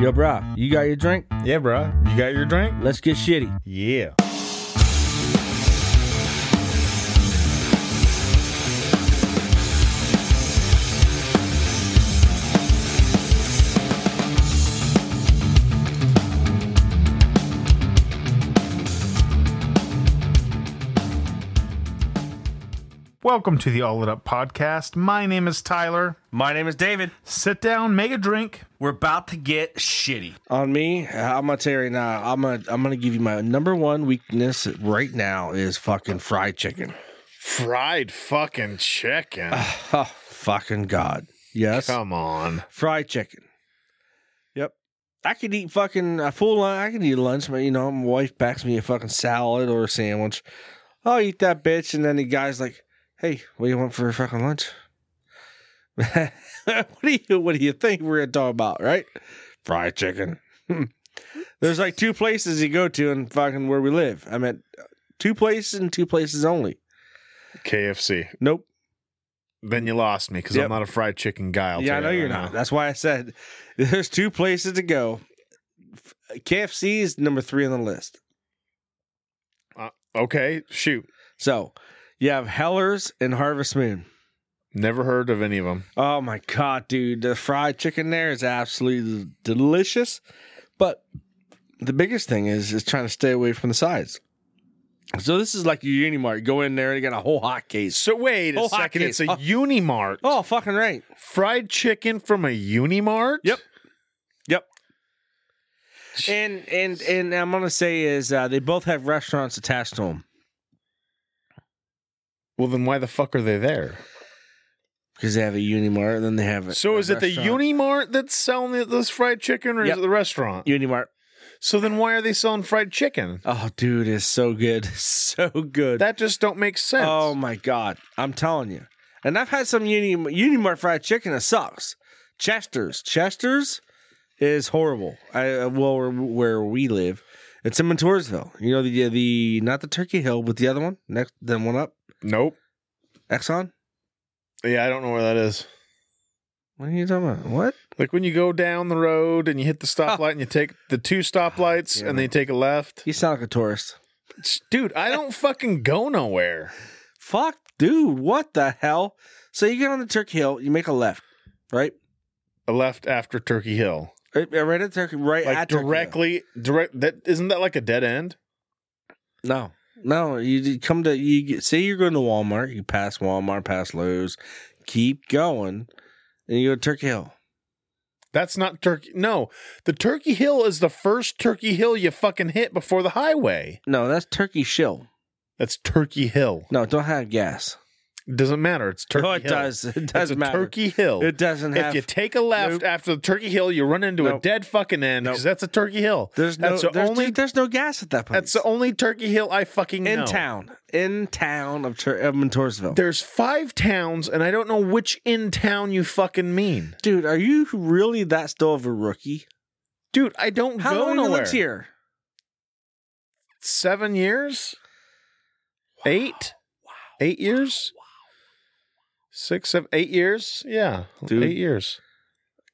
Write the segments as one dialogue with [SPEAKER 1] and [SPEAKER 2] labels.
[SPEAKER 1] Yo, brah, you got your drink?
[SPEAKER 2] Yeah, bro. You got your drink?
[SPEAKER 1] Let's get shitty.
[SPEAKER 2] Yeah. Welcome to the All It Up podcast. My name is Tyler.
[SPEAKER 3] My name is David.
[SPEAKER 2] Sit down, make a drink.
[SPEAKER 3] We're about to get shitty.
[SPEAKER 1] On me, I'm gonna tell you right now. I'm gonna I'm gonna give you my number one weakness right now is fucking fried chicken.
[SPEAKER 4] Fried fucking chicken.
[SPEAKER 1] Oh, fucking god. Yes,
[SPEAKER 4] Come on.
[SPEAKER 1] fried chicken. Yep, I could eat fucking a full lunch. I could eat lunch, but you know my wife backs me a fucking salad or a sandwich. I'll eat that bitch, and then the guy's like, "Hey, what do you want for fucking lunch?" what do you What do you think we're gonna talk about, right? Fried chicken. There's like two places you go to in fucking where we live. I meant uh, two places and two places only.
[SPEAKER 4] KFC.
[SPEAKER 1] Nope.
[SPEAKER 4] Then you lost me because
[SPEAKER 1] Yep.
[SPEAKER 4] I'm not a fried chicken guy. I'll
[SPEAKER 1] yeah, I know
[SPEAKER 4] tell you
[SPEAKER 1] you're
[SPEAKER 4] that right
[SPEAKER 1] not.
[SPEAKER 4] now.
[SPEAKER 1] That's why I said there's two places to go. F- KFC is number three on the list.
[SPEAKER 4] Okay, shoot.
[SPEAKER 1] So you have Heller's and Harvest Moon.
[SPEAKER 4] Never heard of any of them.
[SPEAKER 1] Oh my god, dude, the fried chicken there is absolutely delicious. But the biggest thing is is trying to stay away from the sides. So this is like your Unimart. You Go in there, they got a whole hot case.
[SPEAKER 4] So wait a
[SPEAKER 1] Oh,
[SPEAKER 4] second.
[SPEAKER 1] hotcakes.
[SPEAKER 4] It's a
[SPEAKER 1] Oh.
[SPEAKER 4] Unimart.
[SPEAKER 1] Oh, fucking right.
[SPEAKER 4] Fried chicken from a Unimart?
[SPEAKER 1] Yep. Yep. And and and I'm gonna say is uh, they both have restaurants attached to them.
[SPEAKER 4] Well, then why the fuck are they there?
[SPEAKER 1] because they have a Unimart, and then they have a,
[SPEAKER 4] So
[SPEAKER 1] a
[SPEAKER 4] is it the
[SPEAKER 1] restaurant.
[SPEAKER 4] Unimart that's selling th- this fried chicken or
[SPEAKER 1] Yep.
[SPEAKER 4] is it the restaurant?
[SPEAKER 1] Unimart?
[SPEAKER 4] So then why are they selling fried chicken?
[SPEAKER 1] Oh, dude, it's so good, so good.
[SPEAKER 4] That just don't make sense.
[SPEAKER 1] oh my god, I'm telling you. And I've had some Uni Unimart fried chicken that sucks. Chester's, Chester's is horrible. I uh, well, where, where we live, it's in Montoursville. You know the the not the Turkey Hill, but the other one next, then one up
[SPEAKER 4] nope.
[SPEAKER 1] Exxon.
[SPEAKER 4] Yeah, I don't know where that is.
[SPEAKER 1] What are you talking about? What?
[SPEAKER 4] Like when you go down the road and you hit the stoplight and you take the two stoplights
[SPEAKER 1] Damn
[SPEAKER 4] and
[SPEAKER 1] it.
[SPEAKER 4] then you take a left.
[SPEAKER 1] You sound like a tourist.
[SPEAKER 4] It's- Dude, I don't fucking go nowhere.
[SPEAKER 1] Fuck, dude, what the hell? So you get on the Turkey Hill, you make a left, right?
[SPEAKER 4] A left after Turkey Hill.
[SPEAKER 1] Right, right at Turkey, right
[SPEAKER 4] Like
[SPEAKER 1] at Turkey Hill.
[SPEAKER 4] directly direct that isn't that like a dead end?
[SPEAKER 1] No, no. You d- come to you get- say you're going to Walmart. You pass Walmart, pass Lowe's, keep going, and you go to Turkey Hill.
[SPEAKER 4] That's not Turkey. No, the Turkey Hill is the first Turkey Hill you fucking hit before the highway.
[SPEAKER 1] No, that's Turkey Shill.
[SPEAKER 4] That's Turkey Hill.
[SPEAKER 1] No, don't have gas.
[SPEAKER 4] Doesn't matter. It's Turkey
[SPEAKER 1] no, it
[SPEAKER 4] Hill.
[SPEAKER 1] does. It
[SPEAKER 4] It's a
[SPEAKER 1] doesn't matter.
[SPEAKER 4] Turkey Hill.
[SPEAKER 1] It doesn't
[SPEAKER 4] if
[SPEAKER 1] have.
[SPEAKER 4] you take a left
[SPEAKER 1] Nope.
[SPEAKER 4] after the Turkey Hill, you run into a
[SPEAKER 1] Nope.
[SPEAKER 4] dead fucking end
[SPEAKER 1] Nope.
[SPEAKER 4] because that's a Turkey Hill.
[SPEAKER 1] there's no.
[SPEAKER 4] that's the
[SPEAKER 1] there's,
[SPEAKER 4] only-
[SPEAKER 1] dude, there's no gas at that place.
[SPEAKER 4] That's the only Turkey Hill I fucking
[SPEAKER 1] in
[SPEAKER 4] know.
[SPEAKER 1] town, in town of Tur- of Montoursville.
[SPEAKER 4] There's five towns, and I don't know which in town you fucking mean,
[SPEAKER 1] Dude, are you really that still of a rookie?
[SPEAKER 4] dude. I don't
[SPEAKER 1] How
[SPEAKER 4] go
[SPEAKER 1] long you
[SPEAKER 4] nowhere.
[SPEAKER 1] lived here?
[SPEAKER 4] Seven years, eight, eight years, six, seven, eight years. Yeah,
[SPEAKER 1] Dude.
[SPEAKER 4] eight years.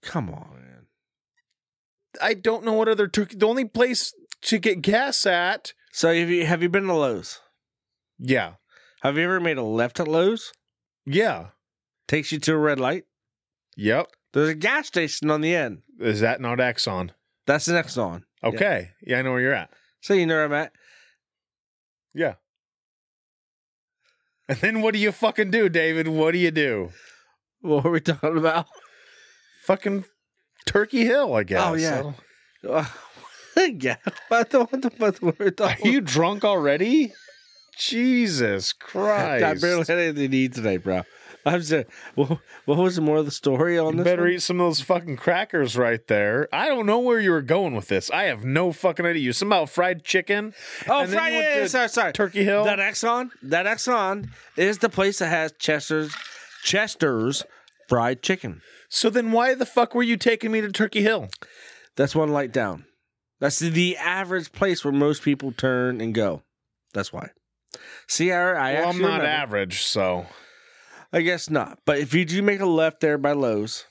[SPEAKER 1] Come on, man.
[SPEAKER 4] I don't know what other Turkey. The only place to get gas at.
[SPEAKER 1] So have you have you been to Lowe's?
[SPEAKER 4] Yeah,
[SPEAKER 1] Have you ever made a left at Lowe's?
[SPEAKER 4] yeah,
[SPEAKER 1] Takes you to a red light.
[SPEAKER 4] yep.
[SPEAKER 1] There's a gas station on the end.
[SPEAKER 4] Is that not Exxon?
[SPEAKER 1] That's the next one.
[SPEAKER 4] Okay, yeah, I know where you're at.
[SPEAKER 1] So you know where I'm at.
[SPEAKER 4] Yeah. And then what do you fucking do, David? What do you do?
[SPEAKER 1] What were we talking about?
[SPEAKER 4] Fucking Turkey Hill, I guess.
[SPEAKER 1] Oh, yeah.
[SPEAKER 4] I don't-
[SPEAKER 1] Oh, yeah. What the what the what the- what were we
[SPEAKER 4] Are
[SPEAKER 1] talking
[SPEAKER 4] you drunk already? Jesus Christ.
[SPEAKER 1] I barely had anything to eat today, bro. I'm sorry. What, what was the more of the story on this?
[SPEAKER 4] You better
[SPEAKER 1] one?
[SPEAKER 4] eat some of those fucking crackers right there. I don't know where you were going with this. I have no fucking idea. You somehow fried chicken.
[SPEAKER 1] oh,
[SPEAKER 4] and then
[SPEAKER 1] Friday.
[SPEAKER 4] you went
[SPEAKER 1] yeah,
[SPEAKER 4] to
[SPEAKER 1] sorry, sorry.
[SPEAKER 4] Turkey Hill.
[SPEAKER 1] That Exxon. That Exxon is the place that has Chester's Chester's fried chicken.
[SPEAKER 4] so then why the fuck were you taking me to Turkey Hill?
[SPEAKER 1] That's one light down. That's the average place where most people turn and go. That's why. See, I, I
[SPEAKER 4] well, I'm
[SPEAKER 1] actually
[SPEAKER 4] not
[SPEAKER 1] remember.
[SPEAKER 4] average, so
[SPEAKER 1] I guess not. But if you do make a left there by Lowe's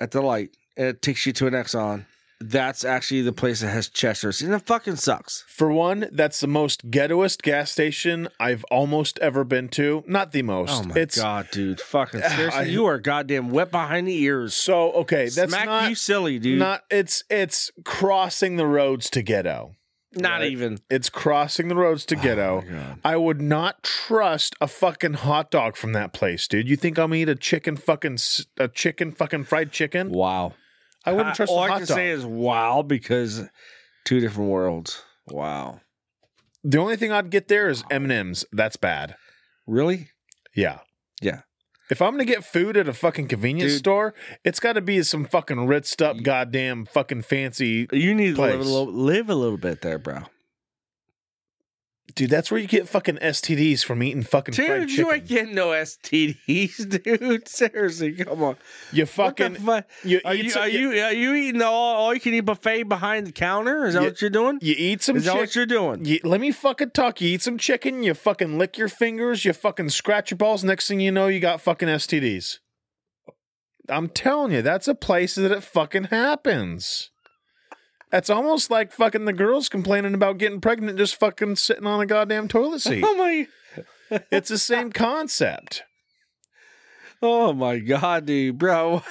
[SPEAKER 1] at the light, and it takes you to an Exxon, that's actually the place that has Chester's, and it fucking sucks.
[SPEAKER 4] For one, that's the most ghettoest gas station I've almost ever been to. Not the most.
[SPEAKER 1] Oh my god, dude! Fucking seriously,
[SPEAKER 4] I-
[SPEAKER 1] you are goddamn wet behind the ears.
[SPEAKER 4] So okay, that's
[SPEAKER 1] Smack
[SPEAKER 4] not
[SPEAKER 1] you silly, dude. Not,
[SPEAKER 4] not it's it's crossing the roads to ghetto. right.
[SPEAKER 1] even.
[SPEAKER 4] It's crossing the roads to
[SPEAKER 1] Oh,
[SPEAKER 4] ghetto.
[SPEAKER 1] my God.
[SPEAKER 4] I would not trust a fucking hot dog from that place, dude. You think I'm gonna eat a chicken fucking s- a chicken fucking fried chicken?
[SPEAKER 1] Wow.
[SPEAKER 4] I wouldn't trust
[SPEAKER 1] All
[SPEAKER 4] a
[SPEAKER 1] I
[SPEAKER 4] hot
[SPEAKER 1] can
[SPEAKER 4] dog.
[SPEAKER 1] say is wow because two different worlds. Wow.
[SPEAKER 4] the only thing I'd get there is M and M's. That's bad.
[SPEAKER 1] Really?
[SPEAKER 4] Yeah.
[SPEAKER 1] Yeah.
[SPEAKER 4] If I'm gonna get food at a fucking convenience
[SPEAKER 1] Dude.
[SPEAKER 4] store, it's got to be some fucking ritzed up, goddamn fucking fancy.
[SPEAKER 1] You need to live a,
[SPEAKER 4] Place.
[SPEAKER 1] little, live a little bit there, bro.
[SPEAKER 4] Dude, that's where you get fucking STDs from eating fucking fried
[SPEAKER 1] Dude,
[SPEAKER 4] chicken.
[SPEAKER 1] you ain't getting no STDs, dude. Seriously, come on. What
[SPEAKER 4] You
[SPEAKER 1] the
[SPEAKER 4] fucking
[SPEAKER 1] fuck?
[SPEAKER 4] you
[SPEAKER 1] Are
[SPEAKER 4] eat
[SPEAKER 1] you
[SPEAKER 4] some-
[SPEAKER 1] are you are you eating the all, all you can eat buffet behind the counter? Is that
[SPEAKER 4] Yeah.
[SPEAKER 1] what you're doing?
[SPEAKER 4] you eat some
[SPEAKER 1] Is that what
[SPEAKER 4] chicken.
[SPEAKER 1] you're doing?
[SPEAKER 4] You, let me fucking talk. You eat some chicken. You fucking lick your fingers. You fucking scratch your balls. Next thing you know, you got fucking STDs. I'm telling you, that's a place that it fucking happens. That's almost like fucking the girls complaining about getting pregnant, just fucking sitting on a goddamn toilet seat.
[SPEAKER 1] Oh my!
[SPEAKER 4] it's the same concept.
[SPEAKER 1] Oh my God, dude, bro.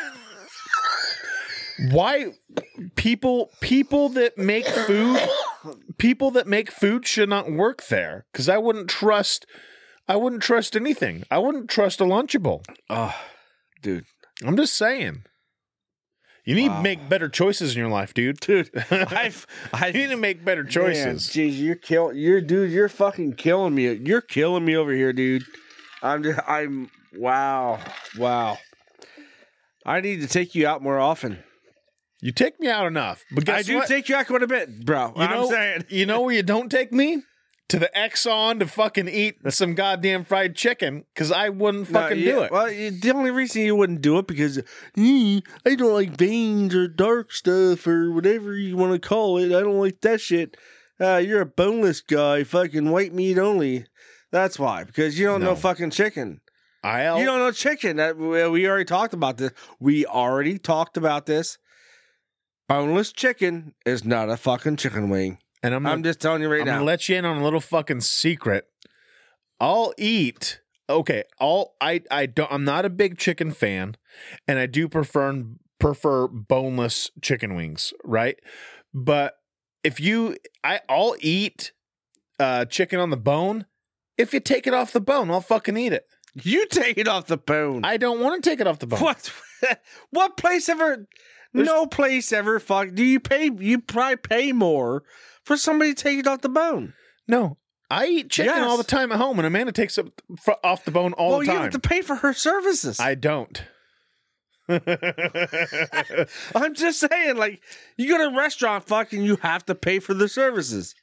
[SPEAKER 4] why people people that make food people that make food should not work there because i wouldn't trust i wouldn't trust anything i wouldn't trust a lunchable
[SPEAKER 1] Oh, dude,
[SPEAKER 4] i'm just saying you need
[SPEAKER 1] Wow.
[SPEAKER 4] to make better choices in your life dude
[SPEAKER 1] dude.
[SPEAKER 4] you
[SPEAKER 1] I've I've
[SPEAKER 4] need to make better choices
[SPEAKER 1] Jeez, you're kill you're dude, you're fucking killing me. You're killing me over here, dude. I'm just I'm wow. Wow. I need to take you out more often.
[SPEAKER 4] you take me out enough but guess
[SPEAKER 1] I do
[SPEAKER 4] what?
[SPEAKER 1] take you out quite a bit, bro.
[SPEAKER 4] you
[SPEAKER 1] I'm
[SPEAKER 4] know,
[SPEAKER 1] saying.
[SPEAKER 4] you know where you don't take me to the exxon to fucking eat some goddamn fried chicken because i wouldn't
[SPEAKER 1] No,
[SPEAKER 4] fucking
[SPEAKER 1] yeah,
[SPEAKER 4] do it
[SPEAKER 1] Well, you- the only reason you wouldn't do it because "Mm, I don't like veins or dark stuff or whatever you want to call it. I don't like that shit. Uh, you're a boneless guy, fucking white meat only. That's why, because you don't know
[SPEAKER 4] No.
[SPEAKER 1] fucking chicken.
[SPEAKER 4] i'll
[SPEAKER 1] You don't know chicken. That we we already talked about this. We already talked about this. Boneless chicken is not a fucking chicken wing.
[SPEAKER 4] and i'm,
[SPEAKER 1] Mm. I'm,
[SPEAKER 4] not
[SPEAKER 1] just telling you right
[SPEAKER 4] I'm
[SPEAKER 1] now.
[SPEAKER 4] gonna let you in on a little fucking secret. I'll eat. Okay, I'll I I don't. I'm not a big chicken fan, and I do prefer prefer boneless chicken wings, right? But if you, I I'll eat uh, chicken on the bone. If you take it off the bone, I'll fucking eat it.
[SPEAKER 1] you take it off the bone.
[SPEAKER 4] I don't want to take it off the bone.
[SPEAKER 1] What? what place ever?
[SPEAKER 4] There's-
[SPEAKER 1] no place ever. Fuck. Do you pay? You probably pay more for somebody to take it off the bone.
[SPEAKER 4] No, I eat chicken
[SPEAKER 1] Yes.
[SPEAKER 4] all the time at home, and Amanda takes it fr- off the bone all
[SPEAKER 1] well,
[SPEAKER 4] the
[SPEAKER 1] you
[SPEAKER 4] time.
[SPEAKER 1] have to pay for her services. I,
[SPEAKER 4] I don't.
[SPEAKER 1] am just saying, like, you go to a restaurant, fucking, you have to pay for the services.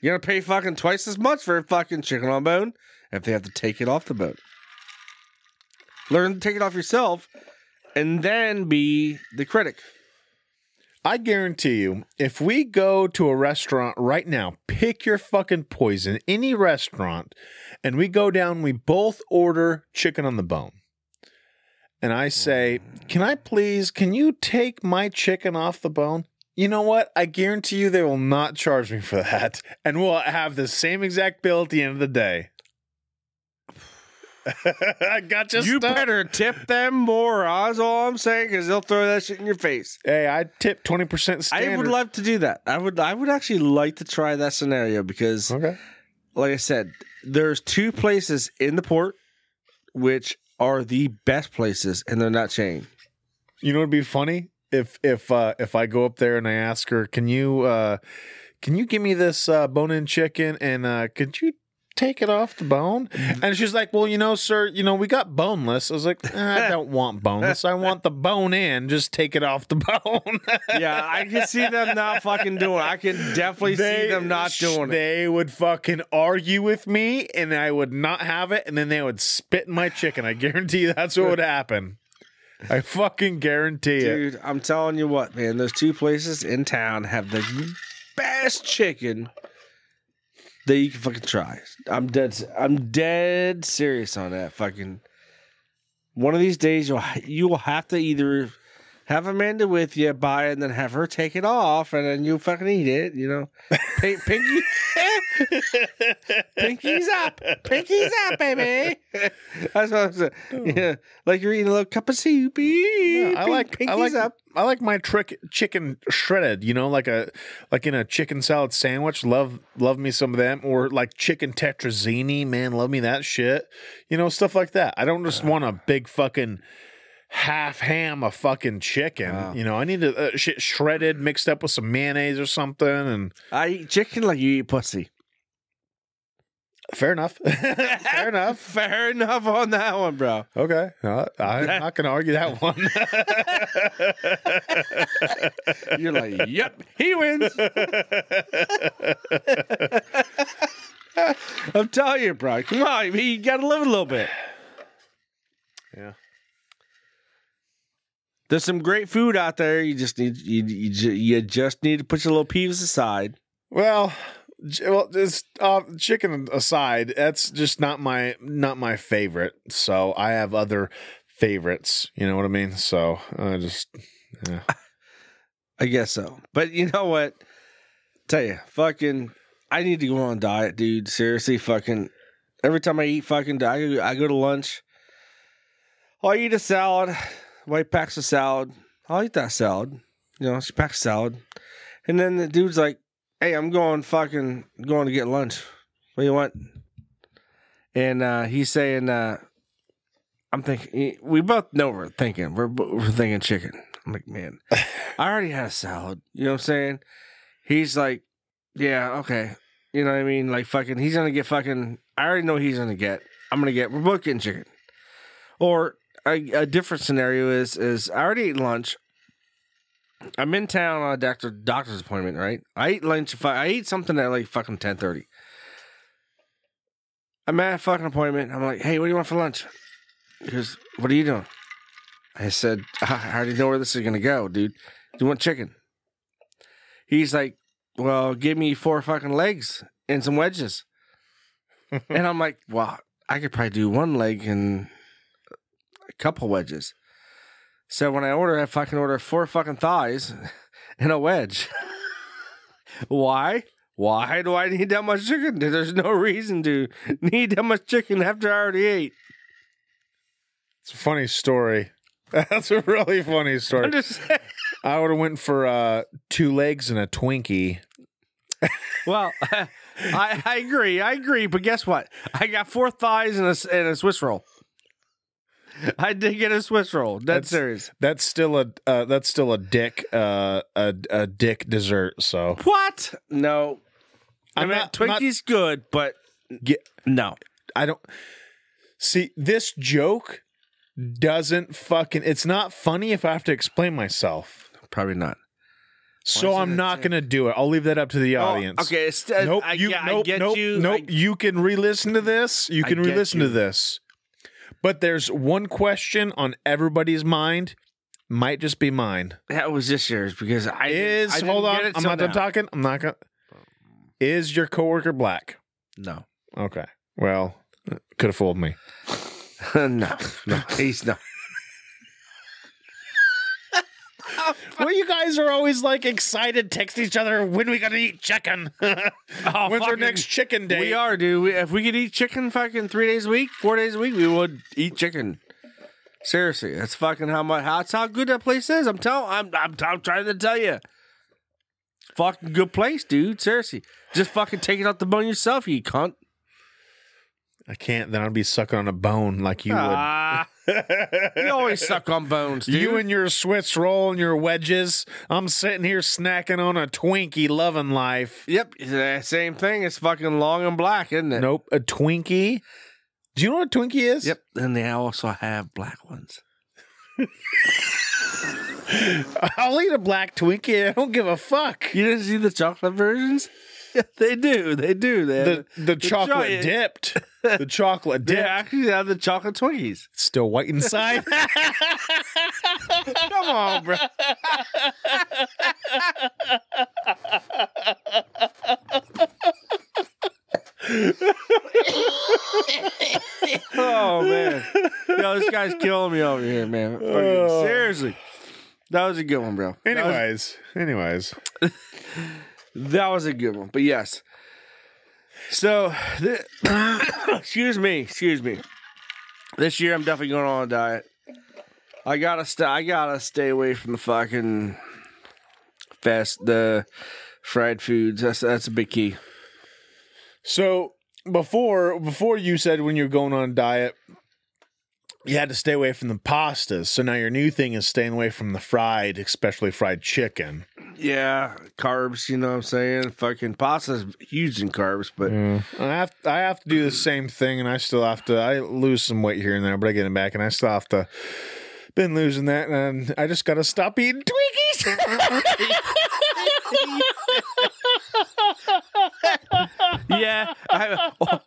[SPEAKER 1] You're gonna pay fucking twice as much for a fucking chicken on bone if they have to take it off the bone. Learn to take it off yourself, and then be the critic.
[SPEAKER 4] I guarantee you, if we go to a restaurant right now, pick your fucking poison, any restaurant, and we go down, we both order chicken on the bone. And I say, Can I please, can you take my chicken off the bone? You know what? I guarantee you they will not charge me for that. And we'll have the same exact bill at the end of the day. I got you.
[SPEAKER 1] you
[SPEAKER 4] stumped.
[SPEAKER 1] better tip them more. That's all I'm saying, because they'll throw that shit in your face.
[SPEAKER 4] Hey, I tip 20% standard.
[SPEAKER 1] I would love to do that. I would. I would actually like to try that scenario because,
[SPEAKER 4] Okay.
[SPEAKER 1] like I said, there's two places in the port which are the best places, and they're not chained.
[SPEAKER 4] You know, it'd be funny if if uh, if I go up there and I ask her, "Can you uh, can you give me this uh, bone-in chicken and uh, could you take it off the bone?"
[SPEAKER 1] Mm-hmm.
[SPEAKER 4] And she's like, "Well, you know, sir, you know, we got boneless." I was like, "Eh, "I don't want boneless. I want the bone in. Just take it off the bone."
[SPEAKER 1] Yeah, I can see them not fucking doing. it. I can definitely see them not doing it.
[SPEAKER 4] They would fucking argue with me, and I would not have it, and then they would spit in my chicken. I guarantee you that's what would happen. I fucking guarantee it.
[SPEAKER 1] Dude, I'm telling you what, man. Those two places in town have the best chicken that you can fucking try. I'm dead. s- I'm dead serious on that. Fucking one of these days, you'll ha- you will have to either have Amanda with you, buy it, and then have her take it off, and then you fucking eat it. You know, Pink, pinky, pinkies up, pinkies up, baby. That's what I'm saying. Yeah, like you're eating a little cup of soup.
[SPEAKER 4] Yeah, I
[SPEAKER 1] Pink-
[SPEAKER 4] like
[SPEAKER 1] pinkies
[SPEAKER 4] I like
[SPEAKER 1] up.
[SPEAKER 4] I like my trick chicken shredded, you know, like a like in a chicken salad sandwich. Love love me some of them, or like chicken tetrazzini, man, love me that shit. You know, stuff like that. I don't just want a big fucking half ham of fucking chicken.
[SPEAKER 1] Wow.
[SPEAKER 4] You know, I need to uh, shit shredded, mixed up with some mayonnaise or something. And
[SPEAKER 1] I eat chicken like you eat pussy.
[SPEAKER 4] fair enough, fair enough.
[SPEAKER 1] Fair enough on that one, bro.
[SPEAKER 4] Okay, Uh, I'm not going to argue that one.
[SPEAKER 1] You're like, yep, he wins. I'm telling you, bro. Come on, you got to live a little bit.
[SPEAKER 4] Yeah.
[SPEAKER 1] There's some great food out there. You just need you you, ju- you just need to put your little peeves aside.
[SPEAKER 4] Well, j- well, just uh, chicken aside, that's just not my not my favorite. So I have other favorites. You know what I mean? So I just
[SPEAKER 1] I guess so. But you know what? Tell you, fucking, I need to go on a diet, dude. Seriously, fucking. Every time I eat fucking, I go, I go to lunch. I'll eat a salad, white packs of salad. I'll eat that salad. You know, she packs salad, and then the dude's like, "Hey, I'm going fucking going to get lunch. What do you want?" And uh, he's saying, uh, "I'm thinking. We both know we're thinking. We're we're thinking chicken. I'm like, man, I already had a salad. You know what I'm saying? He's like, yeah, okay. You know what I mean? Like fucking, he's gonna get fucking. I already know he's gonna get. I'm gonna get. We're both getting chicken. Or a, a different scenario is is I already ate lunch. I'm in town on a doctor doctor's appointment, right? I eat lunch. if I I eat something at like fucking ten thirty. I'm at a fucking appointment. I'm like, hey, what do you want for lunch? He goes, what are you doing? I said, I already know where this is gonna go, dude. Do you want chicken? He's like, Well, give me four fucking legs and some wedges. and I'm like, Well, I could probably do one leg and a couple wedges. So when I order, I fucking order four fucking thighs and a wedge. Why? Why do I need that much chicken? There's no reason to need that much chicken after I already ate.
[SPEAKER 4] it's a funny story. That's a really funny
[SPEAKER 1] I'm
[SPEAKER 4] story.
[SPEAKER 1] just
[SPEAKER 4] I would have went for uh, two legs and a Twinkie.
[SPEAKER 1] Well, I, I agree. I agree. But guess what? I got four thighs and a, s- and a Swiss roll. I did get a Swiss roll. Dead
[SPEAKER 4] That's-
[SPEAKER 1] serious.
[SPEAKER 4] That's still a uh, that's still a dick uh, a a dick dessert. So
[SPEAKER 1] What? No. i
[SPEAKER 4] I'm
[SPEAKER 1] mean,
[SPEAKER 4] not-
[SPEAKER 1] Twinkie's good, but
[SPEAKER 4] Ge-
[SPEAKER 1] no.
[SPEAKER 4] I don't see this joke doesn't fucking it's not funny if I have to explain myself.
[SPEAKER 1] Probably not.
[SPEAKER 4] So
[SPEAKER 1] isn't
[SPEAKER 4] I'm
[SPEAKER 1] it
[SPEAKER 4] not
[SPEAKER 1] too-
[SPEAKER 4] going to do it. I'll leave that up to the audience.
[SPEAKER 1] Oh, okay. It's, uh,
[SPEAKER 4] Nope.
[SPEAKER 1] I,
[SPEAKER 4] you,
[SPEAKER 1] yeah, I
[SPEAKER 4] nope.
[SPEAKER 1] get
[SPEAKER 4] nope.
[SPEAKER 1] you.
[SPEAKER 4] Nope.
[SPEAKER 1] I-
[SPEAKER 4] you can re-listen to this. You
[SPEAKER 1] I
[SPEAKER 4] can
[SPEAKER 1] get
[SPEAKER 4] re-listen
[SPEAKER 1] you.
[SPEAKER 4] to this. But there's one question on everybody's mind. Might just be mine.
[SPEAKER 1] that was this year's because I
[SPEAKER 4] Is
[SPEAKER 1] I didn't
[SPEAKER 4] hold
[SPEAKER 1] get
[SPEAKER 4] on.
[SPEAKER 1] it till
[SPEAKER 4] I'm not done
[SPEAKER 1] now. Um.
[SPEAKER 4] talking. I'm not gonna. Is your coworker black?
[SPEAKER 1] No.
[SPEAKER 4] Okay. Well, could have fooled me.
[SPEAKER 1] no. No. He's not.
[SPEAKER 4] Well, you guys are always like excited, text each other when we gonna eat chicken.
[SPEAKER 1] Oh,
[SPEAKER 4] When's our
[SPEAKER 1] fucking-
[SPEAKER 4] next chicken day?
[SPEAKER 1] We are, dude. We, if we could eat chicken fucking three days a week, four days a week, we would eat chicken. Seriously, that's fucking how much. That's how good that place is. I'm telling. I'm, I'm. I'm trying to tell you. Fucking good place, dude. Seriously, just fucking take it out the bone yourself, you cunt.
[SPEAKER 4] I can't. Then I'd be sucking on a bone like you
[SPEAKER 1] Ah,
[SPEAKER 4] would.
[SPEAKER 1] you always suck on bones, dude.
[SPEAKER 4] You and your Swiss roll and your wedges. I'm sitting here snacking on a Twinkie, loving life.
[SPEAKER 1] yep, it's the same thing. It's fucking long and black, isn't it?
[SPEAKER 4] Nope, a Twinkie. Do you know what a Twinkie is?
[SPEAKER 1] Yep. And they also have black ones.
[SPEAKER 4] I'll eat a black Twinkie. I don't give a fuck.
[SPEAKER 1] You didn't see the chocolate versions? Yeah, they do. They do. They
[SPEAKER 4] The the chocolate
[SPEAKER 1] giant-
[SPEAKER 4] dipped. The chocolate
[SPEAKER 1] They
[SPEAKER 4] dipped.
[SPEAKER 1] actually have the chocolate Twinkies.
[SPEAKER 4] It's Still white inside.
[SPEAKER 1] Come on, bro. oh man, yo, this guy's killing me over here, man. Fucking- Seriously, That was a good one, bro. That was-
[SPEAKER 4] Anyways, anyways,
[SPEAKER 1] That was a good one, but yes. So, thi- excuse me, excuse me. This year, I'm definitely going on a diet. I gotta stay. I gotta stay away from the fucking fast, the fried foods. That's that's a big key.
[SPEAKER 4] so before before you said when you're going on a diet, you had to stay away from the pastas. So now your new thing is staying away from the fried, especially fried chicken.
[SPEAKER 1] Yeah, carbs. You know what I'm saying? Fucking pasta's huge in carbs, but
[SPEAKER 4] I have I have to do the same thing, and I still have to. I lose some weight here and there, but I get it back, and I still have to. Been losing that, and I just gotta stop eating Twinkies.
[SPEAKER 1] yeah. I, oh,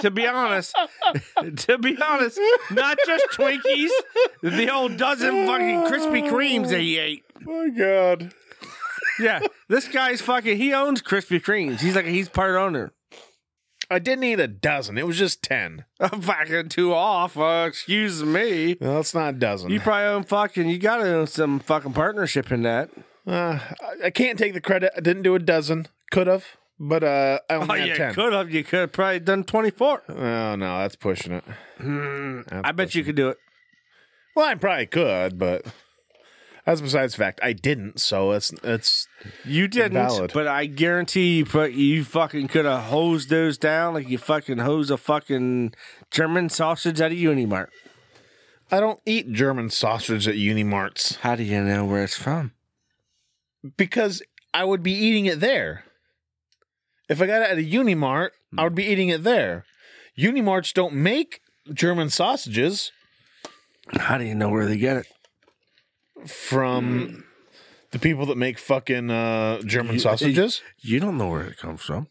[SPEAKER 1] to be honest, to be honest, not just Twinkies, the old dozen fucking Krispy Kremes that he ate.
[SPEAKER 4] Oh my God.
[SPEAKER 1] Yeah, this guy's fucking. He owns Krispy Kremes. He's like he's part owner.
[SPEAKER 4] I didn't eat a dozen. It was just ten.
[SPEAKER 1] I'm fucking two off. Uh, excuse me.
[SPEAKER 4] No, that's not a dozen.
[SPEAKER 1] You probably own fucking. You gotta own some fucking partnership in that.
[SPEAKER 4] Uh, I- I can't take the credit. I didn't do a dozen. Could have, but uh, I only had ten.
[SPEAKER 1] Oh, could have. You could have probably done 24.
[SPEAKER 4] Oh no, that's pushing it. Hmm,
[SPEAKER 1] I bet you could do it.
[SPEAKER 4] Well, I probably could, but that's besides the fact. I didn't, so it's it's
[SPEAKER 1] You didn't,
[SPEAKER 4] Invalid.
[SPEAKER 1] but I guarantee you. Put you fucking could have hosed those down like you fucking hose a fucking German sausage out of Unimart.
[SPEAKER 4] I don't eat German sausage at Unimarts
[SPEAKER 1] How do you know where it's from?
[SPEAKER 4] because I would be eating it there. If I got it at a Unimart, I would be eating it there. Unimarts don't make German sausages
[SPEAKER 1] How do you know where they get it?
[SPEAKER 4] from the people that make fucking uh, German sausages.
[SPEAKER 1] You don't know where it comes from.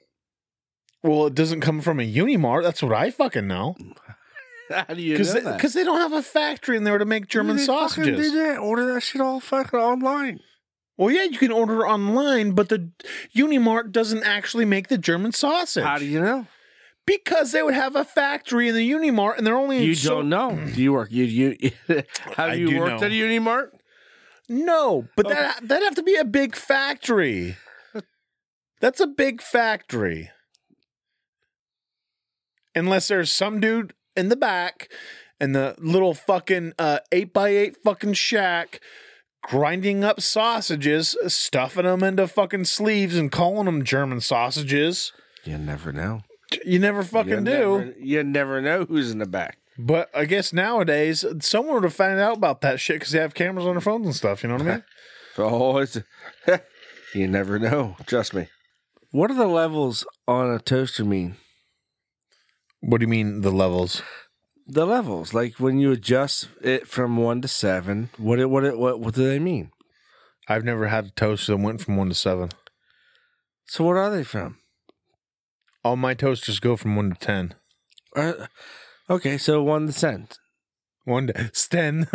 [SPEAKER 4] Well, it doesn't come from a Unimart. That's what I fucking know.
[SPEAKER 1] How do you
[SPEAKER 4] Because they, don't have a factory in there to make German
[SPEAKER 1] They fucking
[SPEAKER 4] sausages.
[SPEAKER 1] do that. Order that shit all fucking online.
[SPEAKER 4] Well, yeah, you can order online, but the Unimart doesn't actually make the German sausage.
[SPEAKER 1] How do you know?
[SPEAKER 4] because they would have a factory in the Unimart, and they're only
[SPEAKER 1] You
[SPEAKER 4] so-
[SPEAKER 1] don't know. Do you work? You you have
[SPEAKER 4] I
[SPEAKER 1] you
[SPEAKER 4] do
[SPEAKER 1] worked
[SPEAKER 4] know.
[SPEAKER 1] at a Unimart?
[SPEAKER 4] No, but that that'd have to be a big factory. That's a big factory. Unless there's some dude in the back in the little fucking uh, eight by eight fucking shack grinding up sausages, stuffing them into fucking sleeves and calling them German sausages.
[SPEAKER 1] You never know.
[SPEAKER 4] You never fucking
[SPEAKER 1] you
[SPEAKER 4] do.
[SPEAKER 1] Never, you never know who's in the back.
[SPEAKER 4] But I guess nowadays someone would have found out about that shit because they have cameras on their phones and stuff. You know what I mean?
[SPEAKER 1] Oh, it's, you never know. Trust me. What are the levels on a toaster mean?
[SPEAKER 4] what do you mean the levels?
[SPEAKER 1] The levels, like when you adjust it from one to seven, what it, what it, what what do they mean?
[SPEAKER 4] I've never had a toaster that went from one to seven.
[SPEAKER 1] So what are they from?
[SPEAKER 4] All my toasters go from one to ten.
[SPEAKER 1] Uh, okay, so one to ten,
[SPEAKER 4] One to ten.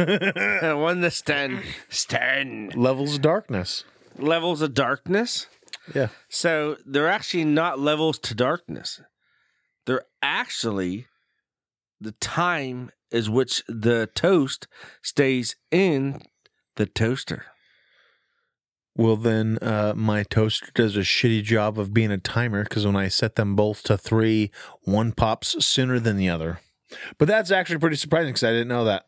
[SPEAKER 1] one to ten, ten
[SPEAKER 4] levels of darkness.
[SPEAKER 1] levels of darkness.
[SPEAKER 4] Yeah.
[SPEAKER 1] So they're actually not levels to darkness. They're actually the time is which the toast stays in the toaster.
[SPEAKER 4] Well, then uh, my toaster does a shitty job of being a timer because when I set them both to three, one pops sooner than the other. But that's actually pretty surprising because I didn't know that.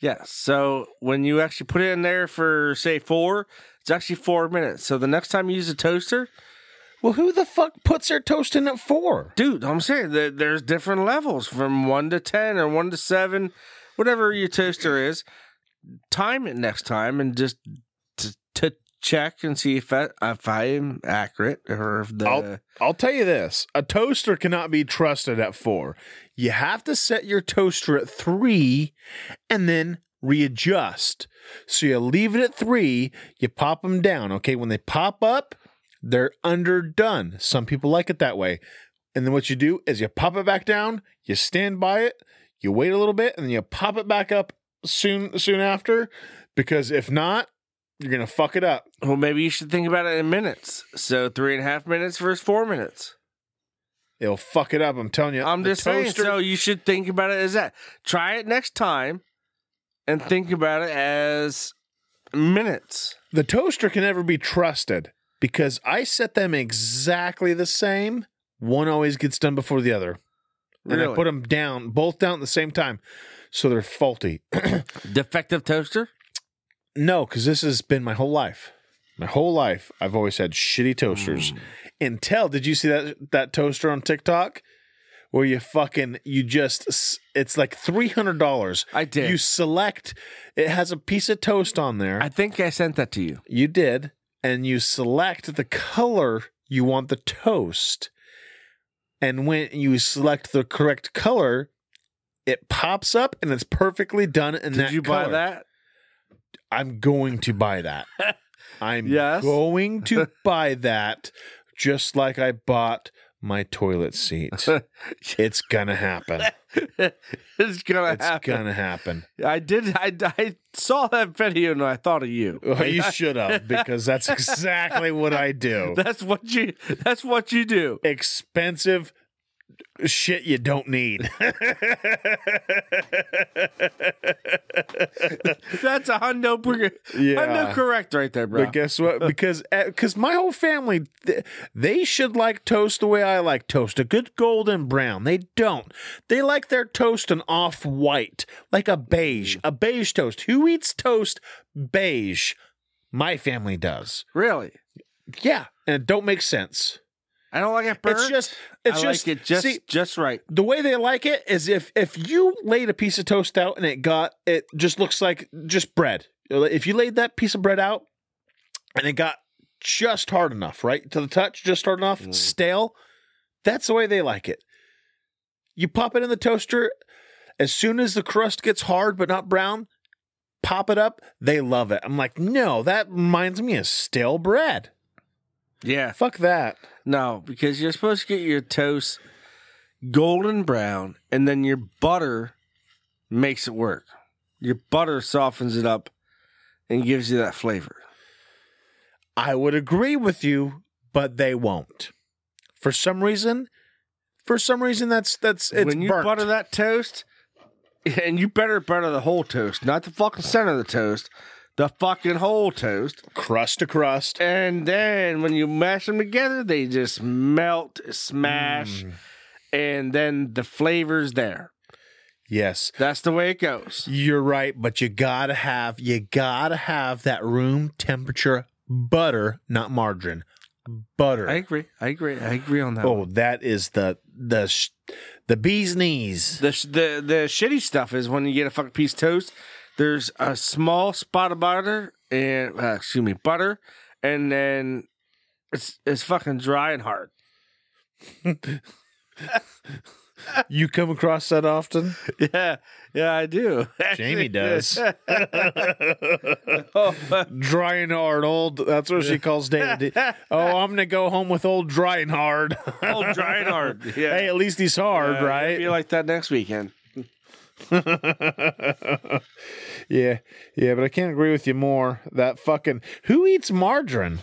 [SPEAKER 1] Yes. So when you actually put it in there for say four, it's actually four minutes. So the next time you use a toaster,
[SPEAKER 4] Well, who the fuck puts their toast in at four?
[SPEAKER 1] dude, I'm saying that there's different levels from one to ten or one to seven, whatever your toaster is. Time it next time and just to, to check and see if I, if I am accurate or if the
[SPEAKER 4] I'll, I'll tell you this a toaster cannot be trusted at four. You have to set your toaster at three and then readjust. So you leave it at three, you pop them down. Okay, when they pop up, they're underdone. Some people like it that way. And then what you do is you pop it back down, you stand by it, you wait a little bit, and then you pop it back up soon soon after. Because if not, you're gonna fuck it up.
[SPEAKER 1] well maybe you should think about it in minutes. So three and a half minutes versus four minutes.
[SPEAKER 4] It'll fuck it up. I'm telling you.
[SPEAKER 1] I'm
[SPEAKER 4] The
[SPEAKER 1] just saying. So you should think about it as that. Try it next time, and think about it as minutes.
[SPEAKER 4] The toaster can never be trusted because I set them exactly the same. One always gets done before the other. And I
[SPEAKER 1] Really?
[SPEAKER 4] put them down, both down at the same time. So they're faulty.
[SPEAKER 1] Defective toaster?
[SPEAKER 4] No, because this has been my whole life. My whole life, I've always had shitty toasters.
[SPEAKER 1] Hmm.
[SPEAKER 4] Until did you see that that toaster on TikTok where you fucking you just s- it's like three hundred dollars.
[SPEAKER 1] I did.
[SPEAKER 4] You select it has a piece of toast on there.
[SPEAKER 1] I think I sent that to you.
[SPEAKER 4] you did, and you select the color you want the toast. And when you select the correct color, it pops up and it's perfectly done in
[SPEAKER 1] Did
[SPEAKER 4] that
[SPEAKER 1] you buy
[SPEAKER 4] color.
[SPEAKER 1] that?
[SPEAKER 4] I'm going to buy that. I'm
[SPEAKER 1] Yes.
[SPEAKER 4] going to buy that just like I bought my toilet seat. it's going to happen.
[SPEAKER 1] it's gonna
[SPEAKER 4] It's
[SPEAKER 1] happen.
[SPEAKER 4] going to happen.
[SPEAKER 1] I did. I, I saw that video and I thought of you.
[SPEAKER 4] Oh, you should have because that's exactly what I do.
[SPEAKER 1] That's what you. That's what you do.
[SPEAKER 4] Expensive shit you don't need.
[SPEAKER 1] That's a hundo. Pre-
[SPEAKER 4] Yeah.
[SPEAKER 1] Hundo correct right there, bro.
[SPEAKER 4] But guess what? Because because my whole family, th- they should like toast the way I like toast, a good golden brown. They don't. They like their toast an off white, like a
[SPEAKER 1] Mm.
[SPEAKER 4] beige, a beige toast. Who eats toast beige? My family does.
[SPEAKER 1] really,
[SPEAKER 4] Yeah, and it don't make sense.
[SPEAKER 1] I don't like it burnt.
[SPEAKER 4] It's just it's
[SPEAKER 1] I
[SPEAKER 4] just,
[SPEAKER 1] like it just
[SPEAKER 4] see,
[SPEAKER 1] just right.
[SPEAKER 4] the way they like it is if if you laid a piece of toast out and it got it just looks like just bread. If you laid that piece of bread out and it got just hard enough, right to the touch, just hard enough, stale, that's the way they like it. You pop it in the toaster. As soon as the crust gets hard but not brown, pop it up. They love it. I'm like, no, that reminds me of stale bread.
[SPEAKER 1] Yeah,
[SPEAKER 4] Fuck that.
[SPEAKER 1] no, because you're supposed to get your toast golden brown, and then your butter makes it work. Your butter softens it up and gives you that flavor.
[SPEAKER 4] I would agree with you, but they won't. For some reason, for some reason that's that's it's
[SPEAKER 1] when you
[SPEAKER 4] burnt.
[SPEAKER 1] butter that toast, and you better butter the whole toast, not the fucking center of the toast, the fucking whole toast.
[SPEAKER 4] crust to crust.
[SPEAKER 1] And then when you mash them together, they just melt, smash, and then the flavor's there.
[SPEAKER 4] Yes.
[SPEAKER 1] That's the way it goes.
[SPEAKER 4] You're right, but you gotta have you gotta have that room temperature butter, not margarine. Butter.
[SPEAKER 1] I agree. I agree. I agree on that.
[SPEAKER 4] oh, that is the the sh- the bee's knees.
[SPEAKER 1] The, sh- the the shitty stuff is when you get a fucking piece of toast. There's a small spot of butter and uh, excuse me butter, and then it's it's fucking dry and hard.
[SPEAKER 4] You come across that often?
[SPEAKER 1] Yeah, yeah, I do.
[SPEAKER 4] Jamie does.
[SPEAKER 1] oh,
[SPEAKER 4] dry and hard, old. That's what she calls David. oh, I'm gonna go home with old dry and hard.
[SPEAKER 1] all dry and hard. Yeah,
[SPEAKER 4] Hey, at least he's hard,
[SPEAKER 1] Uh, it'll Be
[SPEAKER 4] right?
[SPEAKER 1] like that next weekend.
[SPEAKER 4] yeah, yeah, but I can't agree with you more. That fucking who eats margarine?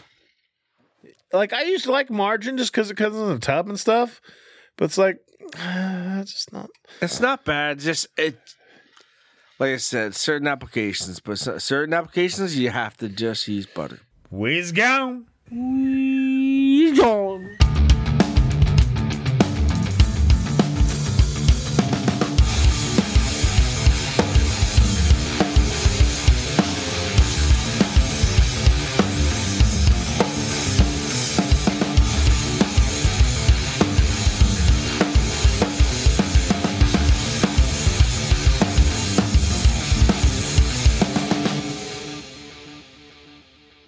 [SPEAKER 4] Like I used to like margarine just because it comes in the tub and stuff, but it's like uh, it's just not.
[SPEAKER 1] It's not bad. Just it, like I said, certain applications, but so- certain applications you have to just use butter.
[SPEAKER 2] Whiz gone.